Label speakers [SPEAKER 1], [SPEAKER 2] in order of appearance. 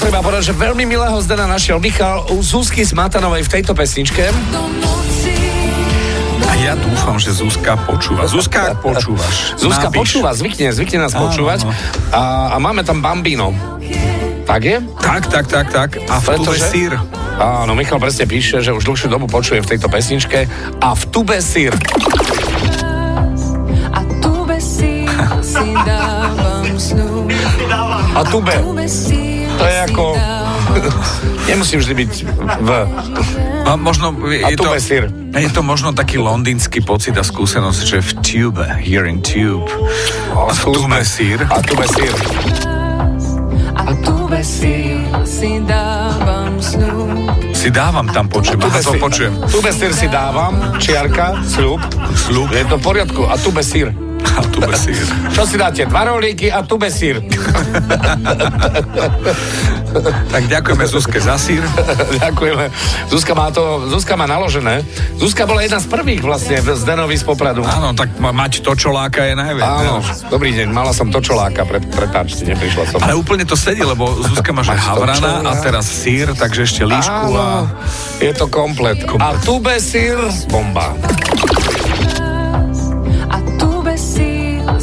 [SPEAKER 1] treba povedať, že veľmi milého Zdena našiel Michal u Zuzky z Matanovej v tejto pesničke.
[SPEAKER 2] A ja dúfam, že Zuzka počúva. Zuzka, ak počúvaš.
[SPEAKER 1] Zuzka
[SPEAKER 2] napíš.
[SPEAKER 1] počúva, zvykne, zvykne nás
[SPEAKER 2] Áno,
[SPEAKER 1] počúvať.
[SPEAKER 2] áno.
[SPEAKER 1] A, a máme tam Bambino. Tak je?
[SPEAKER 2] Tak, tak, tak, tak. A v tube
[SPEAKER 1] Pretože-
[SPEAKER 2] sír.
[SPEAKER 1] Áno, Michal presne píše, že už dlhšiu dobu počuje v tejto pesničke a v tube sír.
[SPEAKER 3] A tu besí si dávam snu.
[SPEAKER 1] A tube.
[SPEAKER 3] Tu besí
[SPEAKER 1] To je ako- Nemusí vždy byť v...
[SPEAKER 2] A možno je,
[SPEAKER 1] A
[SPEAKER 2] je to,
[SPEAKER 1] tube sír.
[SPEAKER 2] je to možno taký londýnsky pocit a skúsenosť, že v tube, here in tube. A v tube sír.
[SPEAKER 1] A tube sír.
[SPEAKER 3] A tu besí si dávam snu.
[SPEAKER 2] Si dávam tam počujem.
[SPEAKER 1] Tube
[SPEAKER 2] Aha, to
[SPEAKER 1] sír.
[SPEAKER 2] počujem.
[SPEAKER 1] Tube sír si dávam, čiarka, sľub.
[SPEAKER 2] Sľub.
[SPEAKER 1] Je to v poriadku. A tube sír.
[SPEAKER 2] A v tube sír.
[SPEAKER 1] Čo si dáte? Dva rolíky a tube sír.
[SPEAKER 2] Tak ďakujeme Zuzke za sír.
[SPEAKER 1] Ďakujeme. Zuzka má to, Zuzka má naložené. Zuzka bola jedna z prvých vlastne v Zdenovi z Popradu.
[SPEAKER 2] Áno, tak ma- mať to, čo láka, je najviac.
[SPEAKER 1] Áno,
[SPEAKER 2] ne?
[SPEAKER 1] dobrý deň, mala som točoláka, pre, prepáčte, neprišla som.
[SPEAKER 2] Ale úplne to sedí, lebo Zuzka má že
[SPEAKER 1] Máš to, čo
[SPEAKER 2] havrana a
[SPEAKER 1] ja?
[SPEAKER 2] teraz sír, takže ešte líšku
[SPEAKER 1] Áno,
[SPEAKER 2] a...
[SPEAKER 1] je to komplet. A
[SPEAKER 2] Komplet.
[SPEAKER 1] tube sír, bomba.
[SPEAKER 3] A tu besí